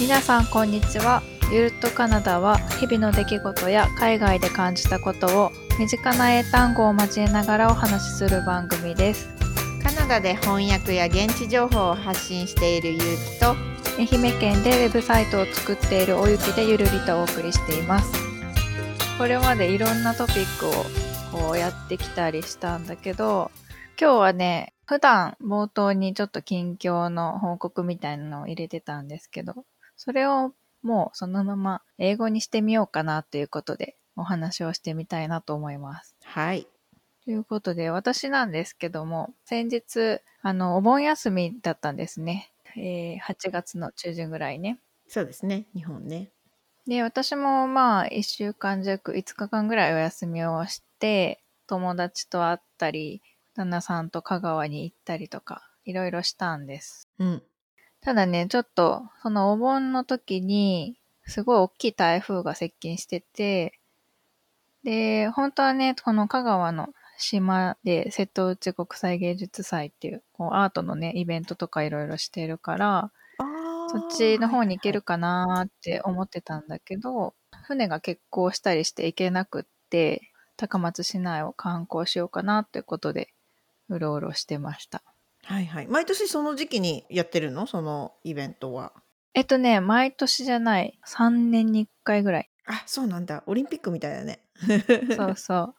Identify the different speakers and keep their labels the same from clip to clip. Speaker 1: 皆さんこんにちはゆるっとカナダは日々の出来事や海外で感じたことを身近な英単語を交えながらお話しする番組です
Speaker 2: カナダで翻訳や現地情報を発信しているゆうきと
Speaker 1: 愛媛県でウェブサイトを作っているおゆきでゆるりとお送りしていますこれまでいろんなトピックをこうやってきたりしたんだけど今日はね普段冒頭にちょっと近況の報告みたいなのを入れてたんですけどそれをもうそのまま英語にしてみようかなということでお話をしてみたいなと思います。
Speaker 2: はい
Speaker 1: ということで私なんですけども先日あのお盆休みだったんですね、えー8月の中旬ぐらいね。
Speaker 2: そうですね日本ね
Speaker 1: で私もまあ1週間弱5日間ぐらいお休みをして友達と会ったり旦那さんと香川に行ったりとかいろいろしたんです
Speaker 2: うん
Speaker 1: ただね、ちょっと、そのお盆の時に、すごい大きい台風が接近してて、で、本当はね、この香川の島で瀬戸内国際芸術祭っていう、こうアートのね、イベントとかいろいろしてるから、そっちの方に行けるかなーって思ってたんだけど、船が欠航したりして行けなくって、高松市内を観光しようかなってことで、うろうろしてました。
Speaker 2: はいはい毎年その時期にやってるのそのイベントは
Speaker 1: えっとね、毎年じゃない、3年に1回ぐらい。
Speaker 2: あそうなんだオリンピックみたいだね
Speaker 1: そう そう。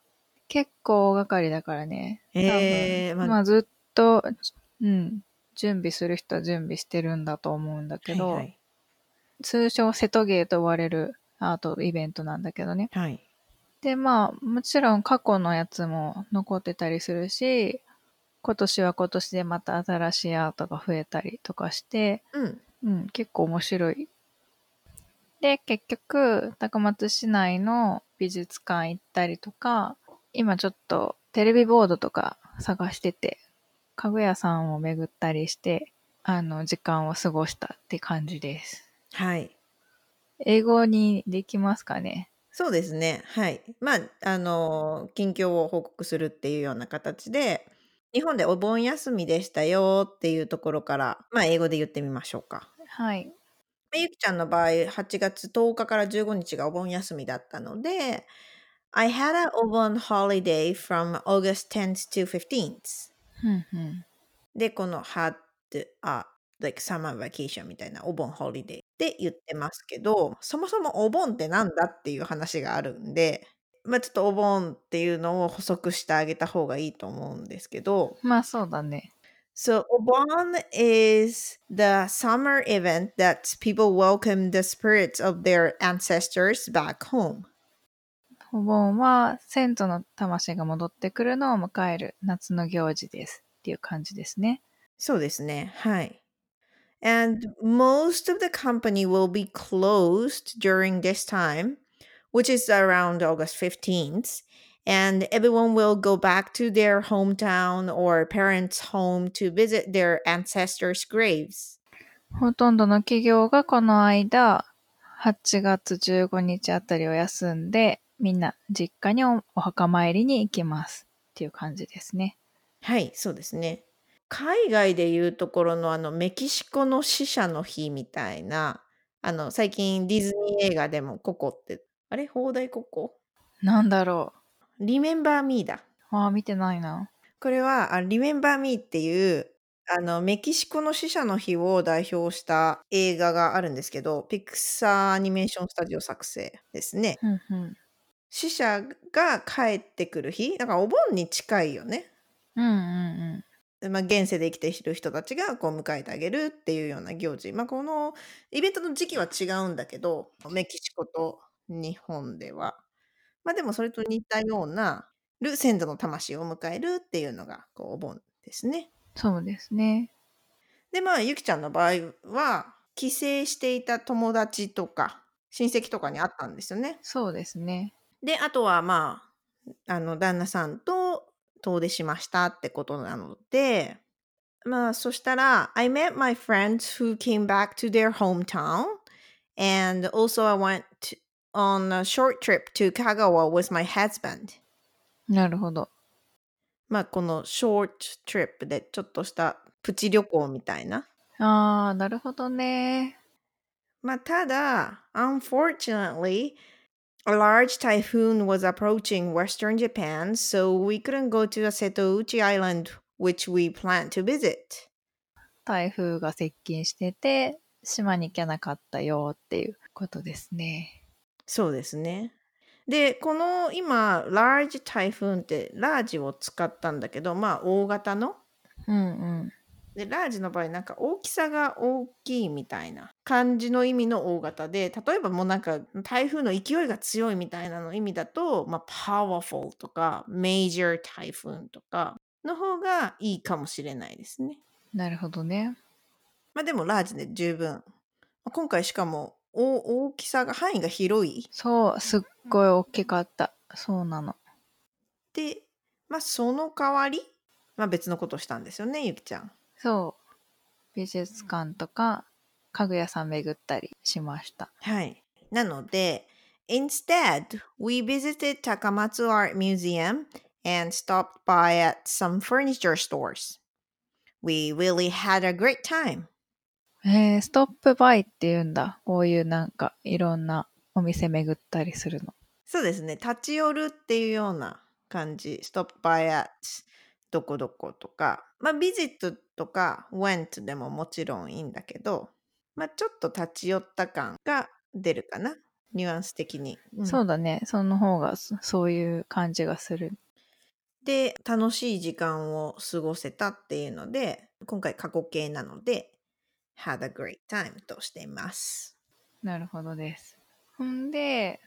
Speaker 1: 結構大掛かりだからね。
Speaker 2: えー
Speaker 1: 多分
Speaker 2: ま
Speaker 1: まあずっと、うん、準備する人は準備してるんだと思うんだけど、
Speaker 2: はいはい
Speaker 1: 通称瀬戸芸と呼ばれるアートイベントなんだけどね。
Speaker 2: はい
Speaker 1: で、まあ、もちろん過去のやつも残ってたりするし、今年は今年でまた新しいアートが増えたりとかして、
Speaker 2: うん
Speaker 1: うん、結構面白い。で、結局、高松市内の美術館行ったりとか、今ちょっとテレビボードとか探してて、家具屋さんを巡ったりして、あの、時間を過ごしたって感じです。
Speaker 2: はい
Speaker 1: 英語にできますかね
Speaker 2: そうですね。はい。まあ、あの、近況を報告するっていうような形で、日本でお盆休みでしたよっていうところから、まあ、英語で言ってみましょうか。
Speaker 1: はい。
Speaker 2: まあゆきちゃんの場合、8月10日から15日がお盆休みだったので、I had a Obon holiday from August 10th to 15th.
Speaker 1: うんうん。
Speaker 2: で、この had a like summer vacation みたいなお盆 holiday って言ってますけど、そもそもお盆ってなんだっていう話があるんで、まあちょっとお盆っていうのを補足してあげた方がいいと思うんですけど、
Speaker 1: まあそうだね。
Speaker 2: So Obon is the summer event that people welcome the spirits of their ancestors back home.
Speaker 1: お盆は先祖の魂が戻ってくるのを迎える夏の行事ですっていう感じですね。
Speaker 2: そうですね。はい。And most of the company will be closed during this time, which is around August 15th. And everyone will go back to their hometown or parents' home to visit their ancestors' graves.
Speaker 1: ほとんどの企業がこの間、8月15日あたりを休んで、みんな実家におお墓参りに行きますっていう感じですね。
Speaker 2: はい、そうですね。海外でいうところのあのメキシコの死者の日みたいな、あの最近ディズニー映画でもココって、あれ放題ココ
Speaker 1: なんだろ
Speaker 2: ?Remember Me だ。
Speaker 1: う。ああ、見てないな。
Speaker 2: これはあ「Remember Me」っていうあのメキシコの死者の日を代表した映画があるんですけどピクサーアニメーションスタジオ作成ですね
Speaker 1: うんうん。
Speaker 2: 死者が帰ってくる日だからお盆に近いよね、
Speaker 1: うんうん
Speaker 2: まあ、現世で生きている人たちがこう迎えてあげるっていうような行事、まあ、このイベントの時期は違うんだけどメキシコと日本ではまあでもそれと似たようなる先祖の魂を迎えるっていうのがこうお盆ですね
Speaker 1: そうですね。
Speaker 2: でまあゆきちゃんの場合は帰省していた友達とか親戚とかに会ったんですよね。
Speaker 1: そうですね。
Speaker 2: であとはまああの旦那さんと遠出しましたってことなのでまあそしたら「I met my friends who came back to their hometown and also I went on a short trip to Kagawa with my husband」
Speaker 1: なるほど。
Speaker 2: まあこの「short trip」でちょっとしたプチ旅行みたいな
Speaker 1: ああ、なるほどね。
Speaker 2: まあ、ただ、unfortunately, a large typhoon was approaching western Japan, so we couldn't go to Setouchi Island, which we planned to visit.
Speaker 1: 台風が接近してて、島に行けなかったよっていうことですね。
Speaker 2: そうですね。で、この今、large typhoon って、ラージを使ったんだけど、まあ、大型の。
Speaker 1: うんうん。
Speaker 2: で、ラージの場合、なんか大きさが大きいみたいな感じの意味の大型で、例えばもうなんか台風の勢いが強いみたいなの意味だと、まあ、powerful とか、major typhoon とかの方がいいかもしれないですね。
Speaker 1: なるほどね。
Speaker 2: まあでもラージで十分。まあ今回しかもお大きさが範囲が広い。
Speaker 1: そう、すっごい大きかった。そうなの。
Speaker 2: で、まあその代わり、まあ別のことをしたんですよね、ゆきちゃん。
Speaker 1: そう。美術館とか、家具屋さん巡ったりしました。
Speaker 2: はい。なので、instead, we visited Takamatsu Art Museum and stopped by at some furniture stores. We really had a great time.
Speaker 1: えー、ストップバイって言うんだ。こういうなんか、いろんなお店巡ったりするの。
Speaker 2: そうですね。立ち寄るっていうような感じ。stop by at どこどことか。まあ、visit とか went でももちろんいいんだけど、まあ、ちょっと立ち寄った感が出るかな。ニュアンス的に。うん
Speaker 1: そうだね。その方がそ、そういう感じがする。
Speaker 2: で、楽しい時間を過ごせたっていうので、今回過去形なので、had a great time としています。
Speaker 1: なるほどです。ほんで、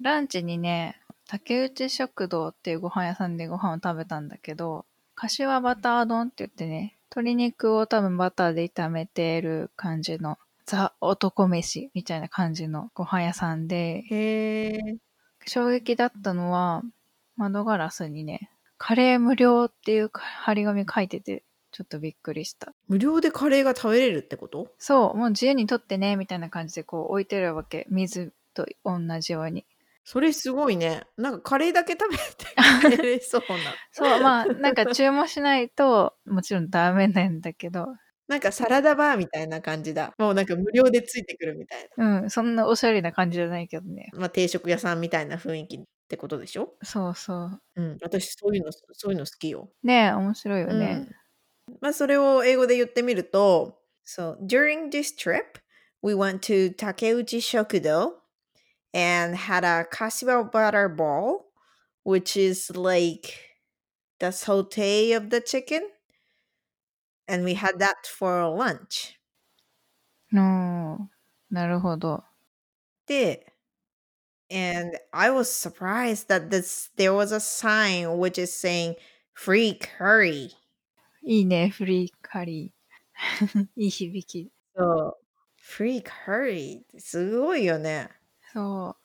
Speaker 1: ランチにね、竹内食堂っていうご飯屋さんでご飯を食べたんだけど、柏バター丼って言ってね、鶏肉を多分バターで炒めてる感じの、ザ男飯みたいな感じのご飯屋さんで、
Speaker 2: へえ。
Speaker 1: 衝撃だったのは、窓ガラスにね、カレー無料っていう張り紙書いてて、ちょっとびっくりした。
Speaker 2: 無料でカレーが食べれるってこと
Speaker 1: そう、もう自由に取ってね、みたいな感じでこう置いてるわけ。水と同じように。
Speaker 2: それすごいね。なんかカレーだけ食べてくれそうな。
Speaker 1: そう、まあ、なんか注文しないと、もちろんダメなんだけど、
Speaker 2: なんかサラダバーみたいな感じだ。もうなんか無料でついてくるみたい
Speaker 1: うん、そんなおしゃれな感じじゃないけどね。
Speaker 2: な。まあ定食屋さんみたいな雰囲気ってことでしょ
Speaker 1: そうそう。
Speaker 2: うん。私そういうの、そういうの好きよ。
Speaker 1: ねえ、面白いよね。
Speaker 2: うんまあそれを英語で言ってみると、So, during this trip, we went to Takeuchi Shokudo and had a kasiwa butter ball, which is like the saute of the chicken. And we had that for lunch.
Speaker 1: うん、なるほど。
Speaker 2: did. And I was surprised that this there was a sign which is saying free curry.
Speaker 1: いいね、フリーカリー。 いい響き。
Speaker 2: そう。free curry ってすごいよね。
Speaker 1: そ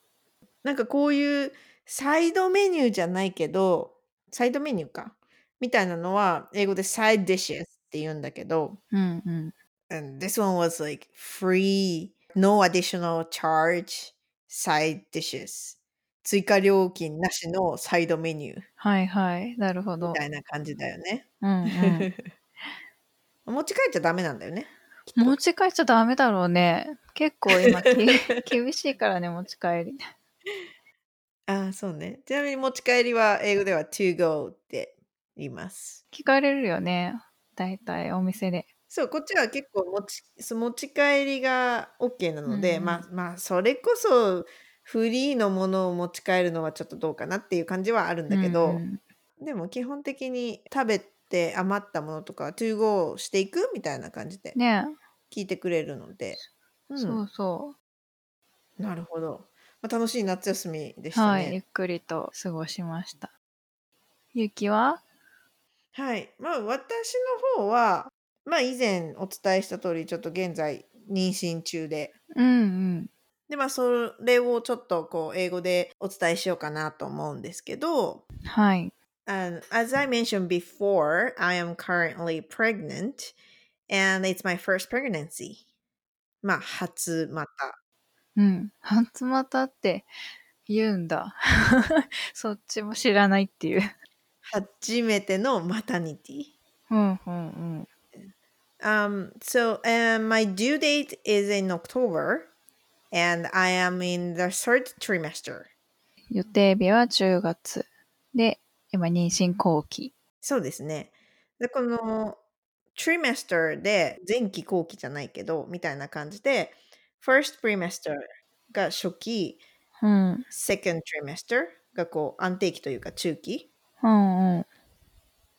Speaker 2: なんかこういうサイドメニューじゃないけど、サイドメニューか。みたいなのは英語で side dishes って言うんだけど、
Speaker 1: う。うんうん。
Speaker 2: and this one was like free, no additional charge side dishes. 追加料金なしのサイドメニュー。
Speaker 1: はいはい。なるほど
Speaker 2: み。たいな感じだよね。
Speaker 1: うんうん。
Speaker 2: 持ち帰っちゃダメなんだよね。
Speaker 1: 持ち帰っちゃダメだろうね。結構 今、き厳しいからね、持ち帰り。
Speaker 2: ああ、そうね。ちなみに持ち帰りは英語では to go って言います。
Speaker 1: 聞かれるよね。大体お店で。
Speaker 2: そう、こっちは結構持ちそ持ち帰りが OK なので、
Speaker 1: うん
Speaker 2: まあまあ、それこそフリーのものを持ち帰るのはちょっとどうかなっていう感じはあるんだけど、
Speaker 1: うん
Speaker 2: でも基本的に食べて余ったものとか to go していくみたいな感じで
Speaker 1: うんね
Speaker 2: 聞いてくれるので、
Speaker 1: え、
Speaker 2: うん、
Speaker 1: そうそう。
Speaker 2: なるほど。まあ、楽しい夏休みでしたね。
Speaker 1: はい、ゆっくりと過ごしました。ゆきは
Speaker 2: はい。まあ、私の方は、まあ、以前お伝えした通り、ちょっと現在、妊娠中で、
Speaker 1: うんうん。
Speaker 2: で、まあ、それをちょっと、こう、英語でお伝えしようかなと思うんですけど、
Speaker 1: はい。
Speaker 2: um, as I mentioned before, I am currently pregnant, and it's my first pregnancy. まあ、初、また。
Speaker 1: うん。初股って言うんだ。 そっちも知らないっていう。
Speaker 2: 初めてのマタニティ。
Speaker 1: うんうんうん。
Speaker 2: Um, so, um, my due date is in October, and I am in the third trimester.
Speaker 1: 予定日は10月で今妊娠後期
Speaker 2: そうですね。で、この trimester で前期後期じゃないけど、みたいな感じで、first trimester が初期、
Speaker 1: うん
Speaker 2: second trimester がこう安定期というか中期、
Speaker 1: うんうん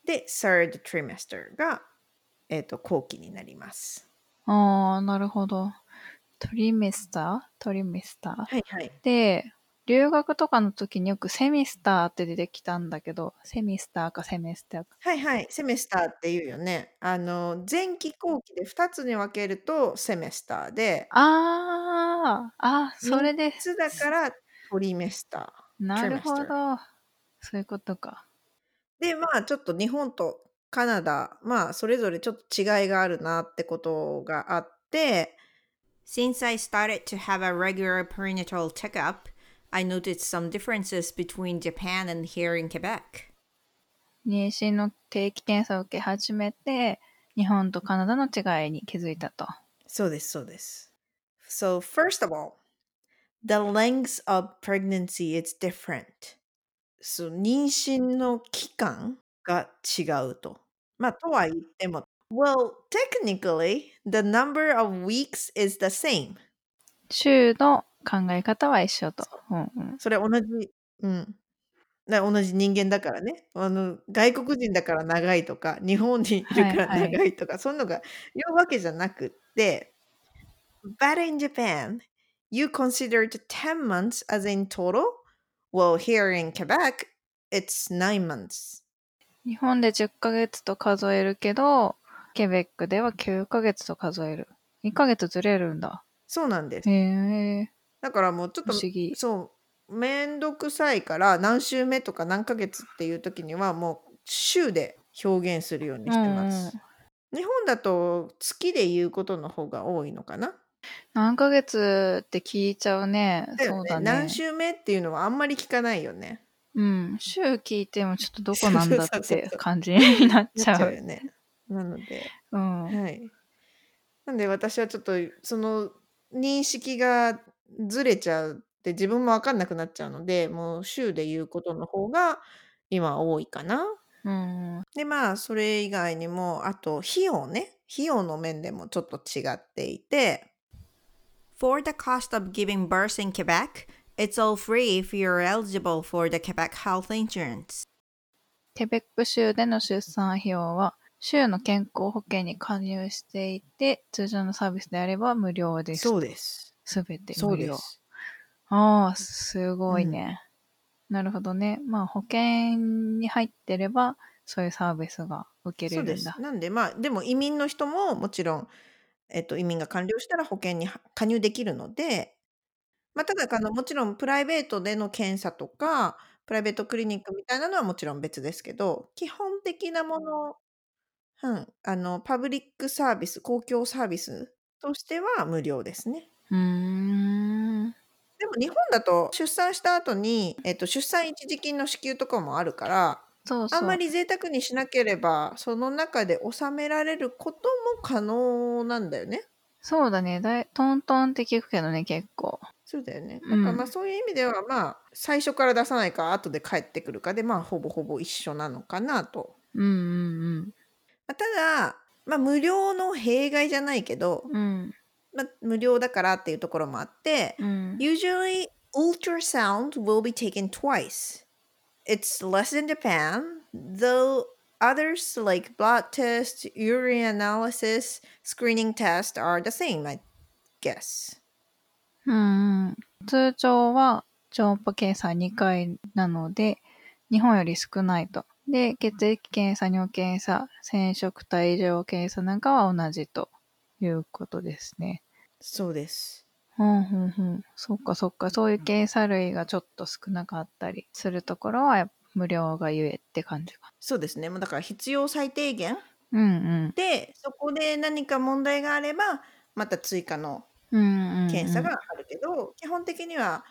Speaker 2: で、third trimester が、えー、と後期になります。
Speaker 1: ああなるほどトリメスタートリメスター
Speaker 2: はいはい。
Speaker 1: で留学とかの時によくセミスターって出てきたんだけどセミスターかセメスターか
Speaker 2: はいはい、セメスターっていうよね。あの、前期後期で2つに分けるとセメスターで、
Speaker 1: あーあそれで
Speaker 2: 3つだからトリメスタ
Speaker 1: なるほ
Speaker 2: trimester
Speaker 1: どそういうことか
Speaker 2: ー。で、まあちょっと日本とカナダ、まあそれぞれちょっと違いがあるなってことがあって、Since I started to have a regular prenatal checkup, I noticed some differences between Japan and here in Quebec.
Speaker 1: 妊娠の定期検査を受け始めて日本とカナダの違いに気づいたと
Speaker 2: そうです、そうです。So, first of all, the length of pregnancy is different. そう妊娠の期間が違うと。まあ、とは言っても、Well, technically, the number of weeks is the same.
Speaker 1: 週の考え方は一緒と。うんうん、
Speaker 2: それ同じ、うん。だ同じ人間だからねあの。外国人だから長いとか、日本にいるから
Speaker 1: はいはい
Speaker 2: 長いとか、そういうのが言うわけじゃなくって。But in Japan, you considered 10 months as in total? Well, here in Quebec, it's 9 months.
Speaker 1: 日本で10ヶ月と数えるけど、ケベックでは9ヶ月と数える。2ヶ月ずれるんだ。
Speaker 2: そうなんです
Speaker 1: へ。え、
Speaker 2: だからもうちょっ
Speaker 1: 不
Speaker 2: と
Speaker 1: 思議。
Speaker 2: そうめんどくさいから何週目とか何ヶ月っていう時にはもう週で表現するようにしてます、日本だと月で言うことの方が多いのかな
Speaker 1: 何ヶ月って聞いちゃうね。
Speaker 2: だよ
Speaker 1: そうだね
Speaker 2: 何。週目っていうのはあんまり聞かないよね
Speaker 1: うん、週聞いてもちょっとどこなんだっ
Speaker 2: そうそうそう
Speaker 1: て
Speaker 2: そう
Speaker 1: 感じになっち
Speaker 2: なっ
Speaker 1: ゃ
Speaker 2: ちゃう
Speaker 1: う。
Speaker 2: よねなので
Speaker 1: うん。
Speaker 2: はいなんで私はちょっとその認識がずれちゃうって自分も分かんなくなっちゃうのでもう週で言うことの方が今多いかな
Speaker 1: うん。
Speaker 2: でまあそれ以外にもあと費用ね費用の面でもちょっと違っていて For the cost of giving birth in Quebec, it's all free if you're eligible for the Quebec Health Insurance.
Speaker 1: ケベック州での出産費用は、州の健康保険に加入していて、通常のサービスであれば無料です。
Speaker 2: そうです。
Speaker 1: すべて
Speaker 2: そ
Speaker 1: 無
Speaker 2: うで
Speaker 1: 料。
Speaker 2: す。
Speaker 1: ああ、すごいね。なるほどね。まあ、保険に入ってれば、そういうサービスが受けれ
Speaker 2: そう
Speaker 1: る
Speaker 2: で
Speaker 1: ん
Speaker 2: す
Speaker 1: だ。。
Speaker 2: なんでまあでも移民の人ももちろん、えっと、移民が完了したら保険には加入できるので、まあ、ただあのもちろんプライベートでの検査とかプライベートクリニックみたいなのはもちろん別ですけど基本的なもの,、うん、あのパブリックサービス公共サービスとしては無料ですね。
Speaker 1: うーん。
Speaker 2: でも日本だと出産した後に、えっと、出産一時金の支給とかもあるから
Speaker 1: そうそう。
Speaker 2: あんまり贅沢にしなければその中で収められることも可能なんだよね。
Speaker 1: そうだね。だいトントンって聞くけどね、結構。
Speaker 2: そうだよね。だ
Speaker 1: う
Speaker 2: か
Speaker 1: ん
Speaker 2: らまあそういう意味ではまあ最初から出さないか後で帰ってくるかでまあほぼほぼ一緒なのかなと。
Speaker 1: うんうん
Speaker 2: まあ、ただ、まあ、無料の弊害じゃないけど、
Speaker 1: うん。うん。
Speaker 2: まあ、無料だからっていうところもあって、
Speaker 1: うん。
Speaker 2: usually ultrasound will be taken twice. It's less in Japan, though others like blood test, urine analysis, screening test are the same, I guess.
Speaker 1: うんうん、通常は超音波検査2回なので日本より少ないと。で血液検査尿検査染色体異常検査なんかは同じということですね。
Speaker 2: そうです。
Speaker 1: うんうんうん、そっかそっかそういう検査類がちょっと少なかったりするところは無料がゆえって感じか。
Speaker 2: そうですね。まあだから必要最低限
Speaker 1: うん
Speaker 2: で、そこで何か問題があれば、また追加の
Speaker 1: うん。うんうんうん、
Speaker 2: 検査があるけど、基本的には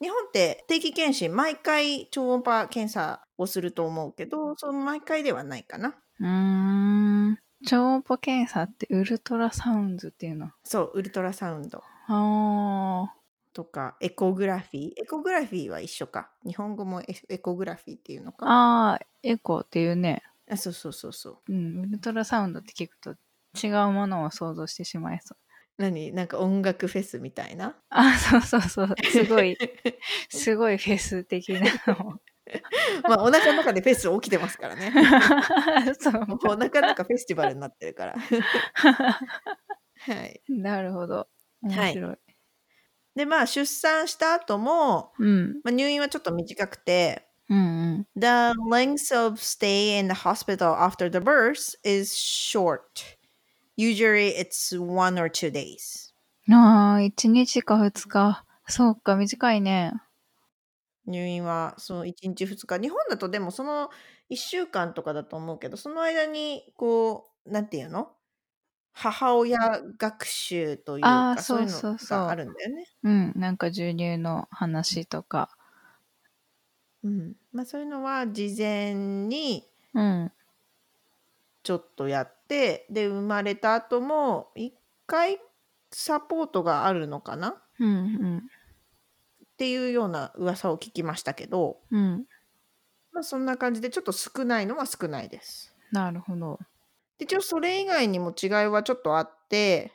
Speaker 2: 日本って定期検診毎回超音波検査をすると思うけどその毎回ではないかな
Speaker 1: うーん超音波検査ってウルトラサウンドっていうの
Speaker 2: そうウルトラサウンド
Speaker 1: ああ
Speaker 2: とか、エコグラフィー。エコグラフィーは一緒か。日本語もエエコグラフィーっていうのか。
Speaker 1: ああ、エコーっていうね、
Speaker 2: あそうそうそうそ
Speaker 1: う
Speaker 2: う。
Speaker 1: ん、ウルトラサウンドって聞くと違うものを想像してしまいそう。
Speaker 2: 何なんか音楽フェスみたいな。
Speaker 1: あそうそうそう。すご い、すごいフェス的な の。
Speaker 2: まあお腹の中でフェス起きてますからね。
Speaker 1: そう。
Speaker 2: もうお腹の中フェスティバルになってるから。はい。
Speaker 1: なるほど。面白い。
Speaker 2: でまあ出産した後も、
Speaker 1: うん。
Speaker 2: まあ、入院はちょっと短くて、
Speaker 1: うんうん。
Speaker 2: The length of stay in the hospital after the birth is short. Usually it's one or two days.
Speaker 1: ああ、1日か2日。そうか、短いね。
Speaker 2: 入院はその1日2日。日本だとでもその1週間とかだと思うけど、その間にこう、なんていうの母親学習という
Speaker 1: あ
Speaker 2: か、
Speaker 1: ー
Speaker 2: そういう
Speaker 1: そうそう
Speaker 2: の
Speaker 1: そう
Speaker 2: があるんだよね。
Speaker 1: うん。なんか授乳の話とか。
Speaker 2: うん。まあそういうのは事前に
Speaker 1: うん。
Speaker 2: ちょっとやって、で、生まれた後も1回サポートがあるのかな
Speaker 1: うん
Speaker 2: っていうような噂を聞きましたけど、
Speaker 1: うん。うん。
Speaker 2: まあ、そんな感じでちょっと少ないのは少ないです。
Speaker 1: なるほど。
Speaker 2: で一応それ以外にも違いはちょっとあって、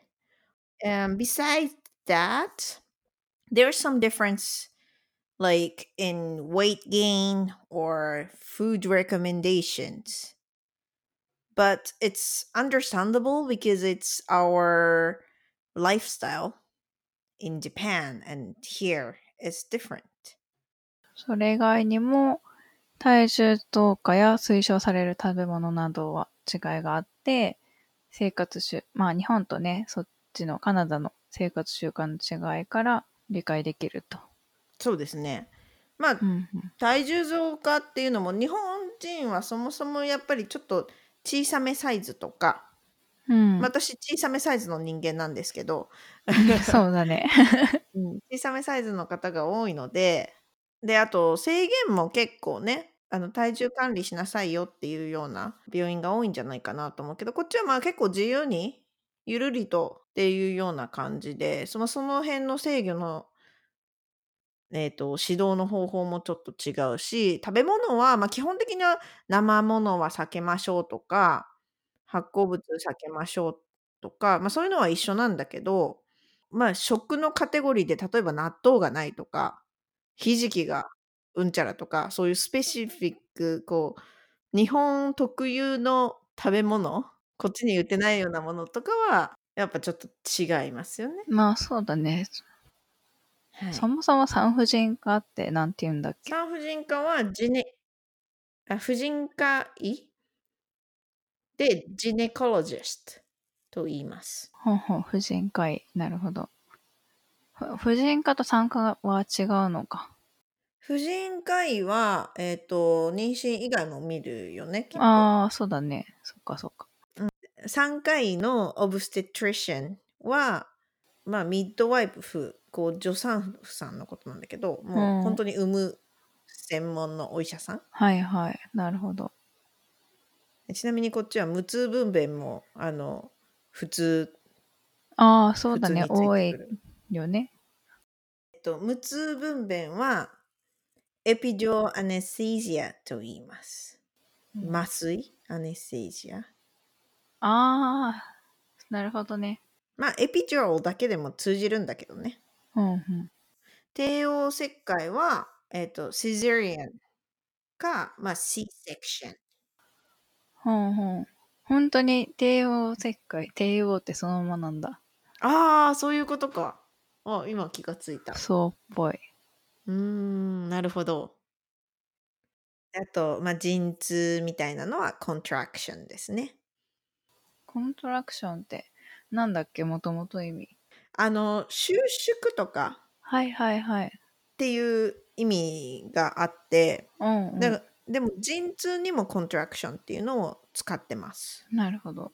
Speaker 2: and besides that, there's some difference like in weight gain or food recommendations. But it's understandable because it's our lifestyle in Japan and here is different.
Speaker 1: それ以外にも、体重増加や推奨される食べ物などは違いがあって、生活習、まあ日本とね、そっちのカナダの生活習慣の違いから理解できると。
Speaker 2: そうですね。まあ
Speaker 1: う、ん
Speaker 2: 体重増加っていうのも日本人はそもそもやっぱりちょっと小さめサイズとか、
Speaker 1: うん。うん。
Speaker 2: まあ私小さめサイズの人間なんですけど、
Speaker 1: そうだね。
Speaker 2: うん小さめサイズの方が多いのでであと制限も結構ねあの体重管理しなさいよっていうような病院が多いんじゃないかなと思うけどこっちはまあ結構自由にゆるりとっていうような感じでそのその辺の制御の、えー、と指導の方法もちょっと違うし食べ物はまあ基本的には生ものは避けましょうとか発酵物避けましょうとか、まあ、そういうのは一緒なんだけどまあ食のカテゴリーで例えば納豆がないとかひじきがうんちゃらとかそういうスペシフィックこう日本特有の食べ物こっちに売ってないようなものとかはやっぱちょっと違いますよね。
Speaker 1: まあそうだね。
Speaker 2: はい、
Speaker 1: そもそも産婦人科ってなんて言うんだっけ
Speaker 2: 産婦人科はジネあ婦人科医でジネコロジストと言います。
Speaker 1: ほうほう、婦人科医。なるほど。ふ婦人科と産科は違うのか。
Speaker 2: 婦人科医は、えっと妊娠以外も見るよねきっと。
Speaker 1: ああ、そうだね。そっかそっか。
Speaker 2: 産科医のオブステトリシャンは、まあ、ミッドワイフこう助産婦さんのことなんだけども
Speaker 1: うん
Speaker 2: う本当に産む専門のお医者さん、
Speaker 1: はいはい。なるほど。
Speaker 2: ちなみにこっちは無痛分娩もあの普通
Speaker 1: ああ、そうだね
Speaker 2: 普。通に
Speaker 1: 多
Speaker 2: つい
Speaker 1: い
Speaker 2: てくる
Speaker 1: よね。
Speaker 2: えっと、無痛分娩はエピジョアネシジアと言います
Speaker 1: うん
Speaker 2: 麻酔アネシジア
Speaker 1: ああ、なるほどね。
Speaker 2: まあエピジョだけでも通じるんだけどね
Speaker 1: うんうん。
Speaker 2: 帝王切開は、えっ、と、シゼリアンか、まあ、C セクション。
Speaker 1: ほうほう。本当に帝王切開、帝王ってそのままなんだ。
Speaker 2: ああ、そういうことか。あ、今気がついた。う
Speaker 1: そうっぽい。
Speaker 2: ーん、なるほど。あと、まあ、陣痛みたいなのはコントラクションですね。
Speaker 1: コントラクションってなんだっけもともと意味。
Speaker 2: あの、収縮とか
Speaker 1: はいはいはい。
Speaker 2: っていう意味があって、
Speaker 1: うん、う
Speaker 2: だ
Speaker 1: ん。
Speaker 2: でも陣痛にもコントラクションっていうのを使ってます。
Speaker 1: なるほど。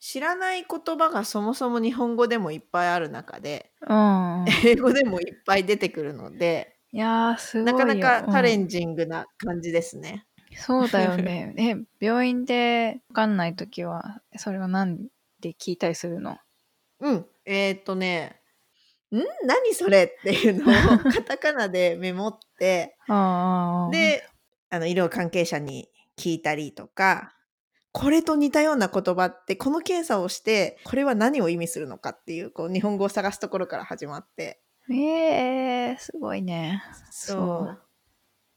Speaker 2: 知らない言葉がそもそも日本語でもいっぱいある中で、
Speaker 1: うんうん。
Speaker 2: 英語でもいっぱい出てくるので
Speaker 1: いやー、すごい
Speaker 2: な
Speaker 1: よ。
Speaker 2: かなかチャレ
Speaker 1: うん
Speaker 2: ンジングな感じですね。
Speaker 1: そうだよ ね。え、病院でわかんないときは、それを何で聞いたりするの
Speaker 2: うん、えーっ、とねん何それっていうのを カタカナでメモって、
Speaker 1: ああ。、
Speaker 2: で、あの、医療関係者に聞いたりとか、これと似たような言葉って、この検査をして、これは何を意味するのかっていう、こう、日本語を探すところから始まって。
Speaker 1: ええすごいね。そう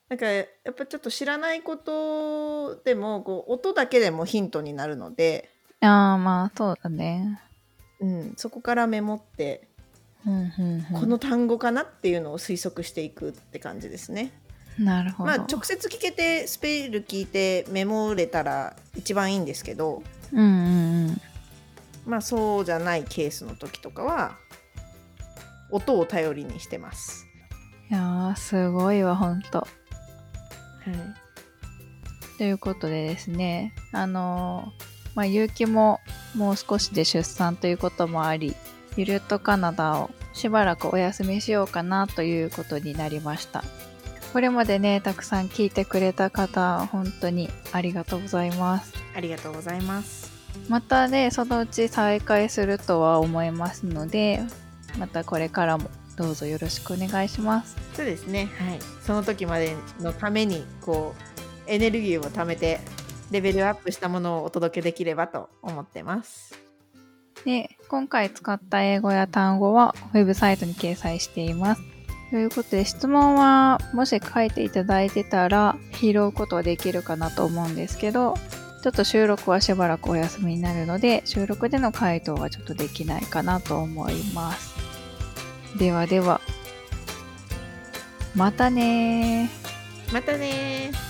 Speaker 2: なんか、やっぱちょっと知らないことでも、こう、音だけでもヒントになるので、
Speaker 1: ああ、まあ、そうだね。
Speaker 2: うん、そこからメモって、
Speaker 1: うんうんうん、
Speaker 2: この単語かなっていうのを推測していくって感じですね。
Speaker 1: なるほど。
Speaker 2: まあ、直接聞けてスペル聞いてメモれたら一番いいんですけど、
Speaker 1: うんうんうん。
Speaker 2: まあ、そうじゃないケースの時とかは音を頼りにしてます。
Speaker 1: いやーすごいわ、ほんと。
Speaker 2: はい
Speaker 1: ということでですね、あのーまあ、結城ももう少しで出産ということもあり、ゆるっとカナダをしばらくお休みしようかなということになりました。これまでね、たくさん聞いてくれた方、本当にありがとうございます。
Speaker 2: ありがとうございます。
Speaker 1: またね、そのうち再開するとは思いますので、またこれからもどうぞよろしくお願いします。
Speaker 2: そうですね、はい、その時までのためにこうエネルギーを貯めてレベルアップしたものをお届けできればと思ってます。
Speaker 1: で今回使った英語や単語はウェブサイトに掲載しています。ということで質問はもし書いていただいてたら拾うことはできるかなと思うんですけどちょっと収録はしばらくお休みになるので収録での回答はちょっとできないかなと思います。ではではまたねー。
Speaker 2: またねー